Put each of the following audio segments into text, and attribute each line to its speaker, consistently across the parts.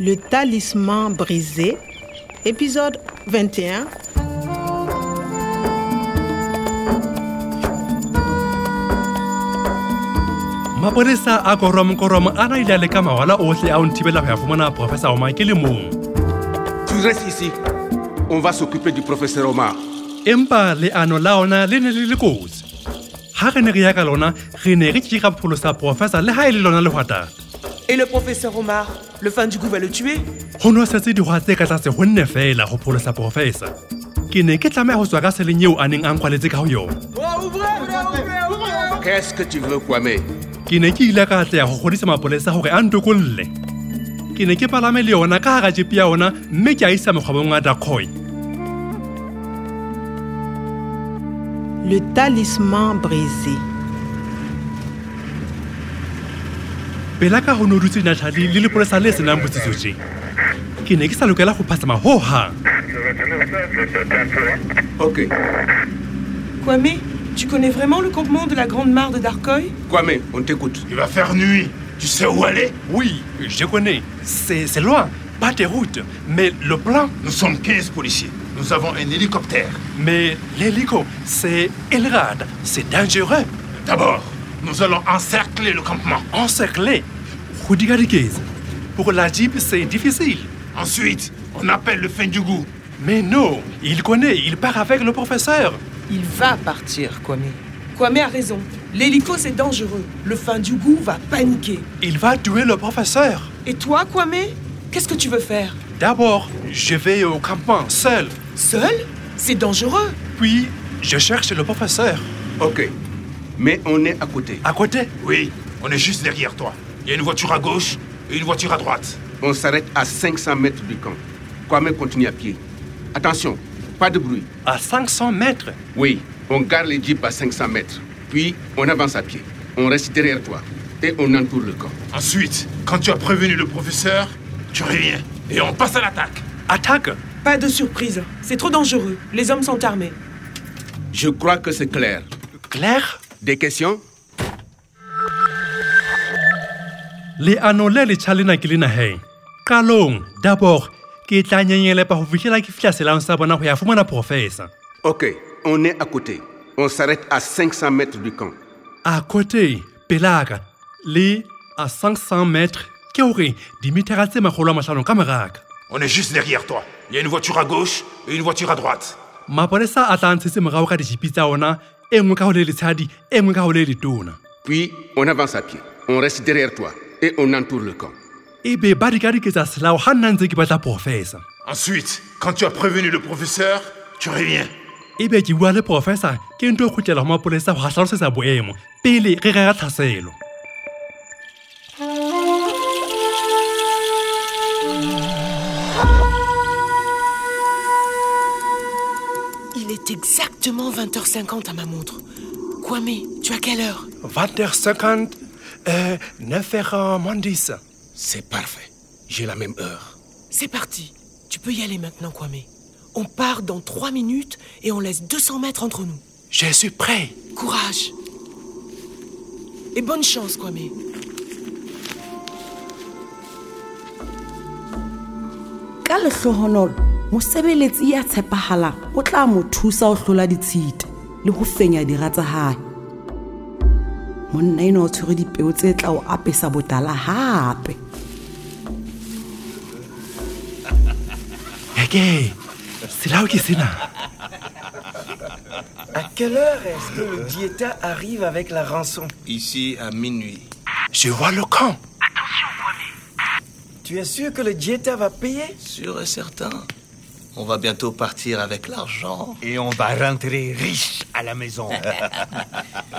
Speaker 1: Le talisman brisé, épisode 21.
Speaker 2: maponisa a koromkoromo a na ile a leka mawala ohle a ho nthibela ho ya fumana profesa omar ke le mong
Speaker 3: Tu restes ici. On va s'occuper du professeur Omar.
Speaker 2: empa leano la ona le ne le le kotsi ha re ne re ya ka lona re ne re ke ra pholosa profesa le ha e le lona lehwatana
Speaker 4: Et le professeur Omar, le fan du goût va le tuer
Speaker 2: ho no setse dihwa tse ka tlase ho nne feela ho pholosa profesa ke ne ke tlameha ho tswa ka seleng eo a neng a nkwaletse ka ho yona
Speaker 3: Qu'est-ce que tu veux, Kwame
Speaker 2: ke ne ke ile ka atleya go godisa mapolesa gore a ntokolle ke ne ke palame le yona ka gara jepi ya ona mme ke a isa mokgwabong wa dakgoi
Speaker 1: Le talisman brisé.
Speaker 2: pela ka go ne o dutse natlhadi le lepolesa le senang botsiso je ke ne ke sa lokela go phasama ho hang
Speaker 3: Ok.
Speaker 4: Kwame, tu connais vraiment le campement de la Grande Mare de Darkoy
Speaker 3: Kwame, on t'écoute.
Speaker 5: Il va faire nuit. Tu sais où aller
Speaker 2: oui je connais c'est c'est loin pas de route mais le plan
Speaker 5: Nous sommes 15 policiers. Nous avons un hélicoptère.
Speaker 2: mais l'hélico c'est elrad c'est dangereux
Speaker 5: D'abord, nous allons encercler le campement.
Speaker 2: encerclé go dikadiketsa pour la jeep c'est difficile
Speaker 5: Ensuite, on appelle le fin du goût.
Speaker 2: mais non il connaît il part avec le professeur
Speaker 4: Il va partir, Kwame. Kwame a raison. L'hélico, c'est dangereux. Le fin du goût va paniquer.
Speaker 2: Il va tuer le professeur.
Speaker 4: Et toi, Kwame Qu'est-ce que tu veux faire
Speaker 2: D'abord, je vais au campement seul.
Speaker 4: Seul C'est dangereux.
Speaker 2: Puis, je cherche le professeur.
Speaker 3: Ok. Mais on est à côté.
Speaker 2: À côté,
Speaker 5: Oui, on est juste derrière toi. Il y a une voiture à gauche et une voiture à droite.
Speaker 3: On s'arrête à 500 mètres du camp. Kwame continue à pied. Attention, pas de bruit.
Speaker 2: à 500 mètres.
Speaker 3: Oui, on garde les jeeps à 500 mètres. Puis, on avance à pied. On reste derrière toi. Et on entoure le camp.
Speaker 5: Ensuite, quand tu as prévenu le professeur, tu reviens et on passe à l'attaque.
Speaker 2: Attaque.
Speaker 4: Pas de surprise. C'est trop dangereux. Les hommes sont armés.
Speaker 3: Je crois que c'est clair.
Speaker 2: Claire
Speaker 3: Des questions
Speaker 2: leano le letjha lena ke le naheng qalong d'abord ke tla nyenyelepa ho fihlela ke fihla selang sa bona ho ya fumana professeur
Speaker 3: Ok, on est à côté. On s'arrête à 500 mètres du camp.
Speaker 2: à côté pelaka le à 500 mètres ke hore dimitera tse magolo a mahlano ka moraka
Speaker 5: On est juste derrière toi. Il y a une voiture à gauche et une voiture à droite.
Speaker 2: mapolesa a tla ntshetse morao ka dijipi tsa ona e nngwe ka ho le letshadi e nngwe ka ho le letona
Speaker 3: Puis, on avance à pied. On reste derrière toi. Et on entoure le camp.
Speaker 2: e be ba dikadiketsa selao ga nna ntse ke batla professor
Speaker 5: Ensuite, quand tu as prévenu le professeur, tu reviens.
Speaker 2: e be ke bua le professor ke nto e kgutlela go mapolesa go tlhalosetsa boemo pele re rera tlhaselo
Speaker 4: Il est exactement 20h50 à ma montre. Kwame, tu as quelle heure
Speaker 2: 20h50 euh, 9h moins 10
Speaker 3: C'est parfait. J'ai la même heure.
Speaker 4: C'est parti. Tu peux y aller maintenant, Kwame. On part dans trois minutes et on laisse 200 mètres entre nous.
Speaker 2: je suis prêt
Speaker 4: Courage. Et bonne chance, Kwame.
Speaker 6: ka lehlohonolo mosebeletsi ya tshepahalang o tla mo thusa ho hlola ditshita le ho fenya dira tsa hae monna enwa o tshwere dipeo tse tla o apesa botala hape
Speaker 2: eke selao ke sena
Speaker 7: À quelle heure est-ce que le diéta arrive avec la rançon
Speaker 3: Ici à minuit.
Speaker 2: je vois le camp
Speaker 7: Tu es sûr que le diéta va payer
Speaker 8: Sûr et certain. On va bientôt partir avec l'argent.
Speaker 9: Et on va rentrer riche à la maison.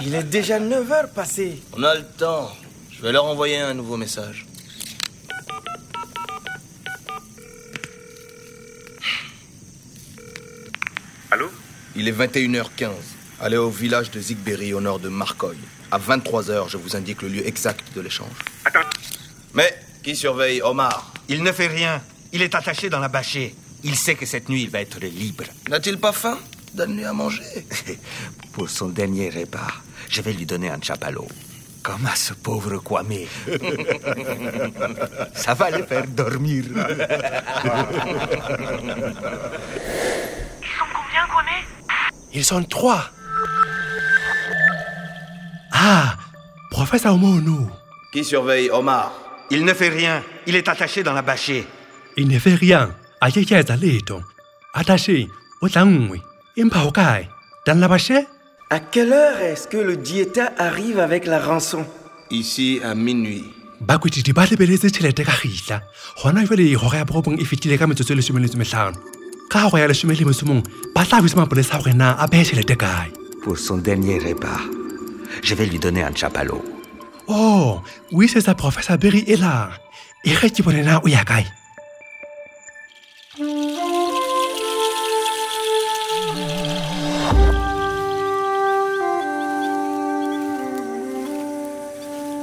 Speaker 7: Il est déjà 9 heures passées.
Speaker 8: On a le temps. Je vais leur envoyer un nouveau message.
Speaker 3: Allô
Speaker 8: Il est 21h15. Allez au village de Zigberry au nord de Marcoy. À 23h, je vous indique le lieu exact de l'échange.
Speaker 3: Attends.
Speaker 8: Mais qui surveille Omar
Speaker 9: Il ne fait rien. Il est attaché dans la bâchée. Il sait que cette nuit, il va être libre.
Speaker 8: N'a-t-il pas faim Donne-lui à manger.
Speaker 9: Pour son dernier repas, je vais lui donner un chapalot. Comme à ce pauvre Kwame. Ça va les faire dormir.
Speaker 10: Ils sont combien, Kwame
Speaker 2: Ils sont trois. Ah, professeur Omono,
Speaker 8: Qui surveille Omar
Speaker 9: Il ne fait rien. Il est attaché dans la bâchée.
Speaker 2: il ne fait rien. Ayez Leto. Attaché au tangwe. Impaukai. Dans la bâchée
Speaker 7: À quelle heure est-ce que le diéta arrive avec la rançon
Speaker 8: Ici à minuit.
Speaker 2: bakwetidi ba lebeletse tšhelete ka gitla gona jale goga ya borobong e fetile ka metsotso e lesome le lesometlhano ka goga ya lesome le metsomong ba tla bitsa mapolesa a gore na a beye tšhelete kae
Speaker 9: Pour son dernier repas, je vais lui donner un chapalot.
Speaker 2: o Oh, o isetsa professor berry e la e ge ke bone na o ya kae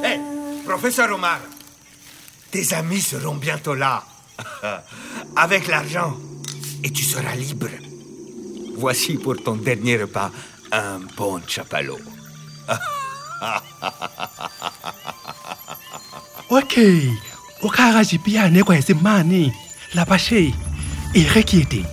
Speaker 9: Hé, Eh, professeur Omar, tes amis seront bientôt là. Avec l'argent, et tu seras libre. Voici pour ton dernier repas un bon chapalot.
Speaker 2: okay o ka ga jipi yane kwa ese mane lapashe e ge ke e teng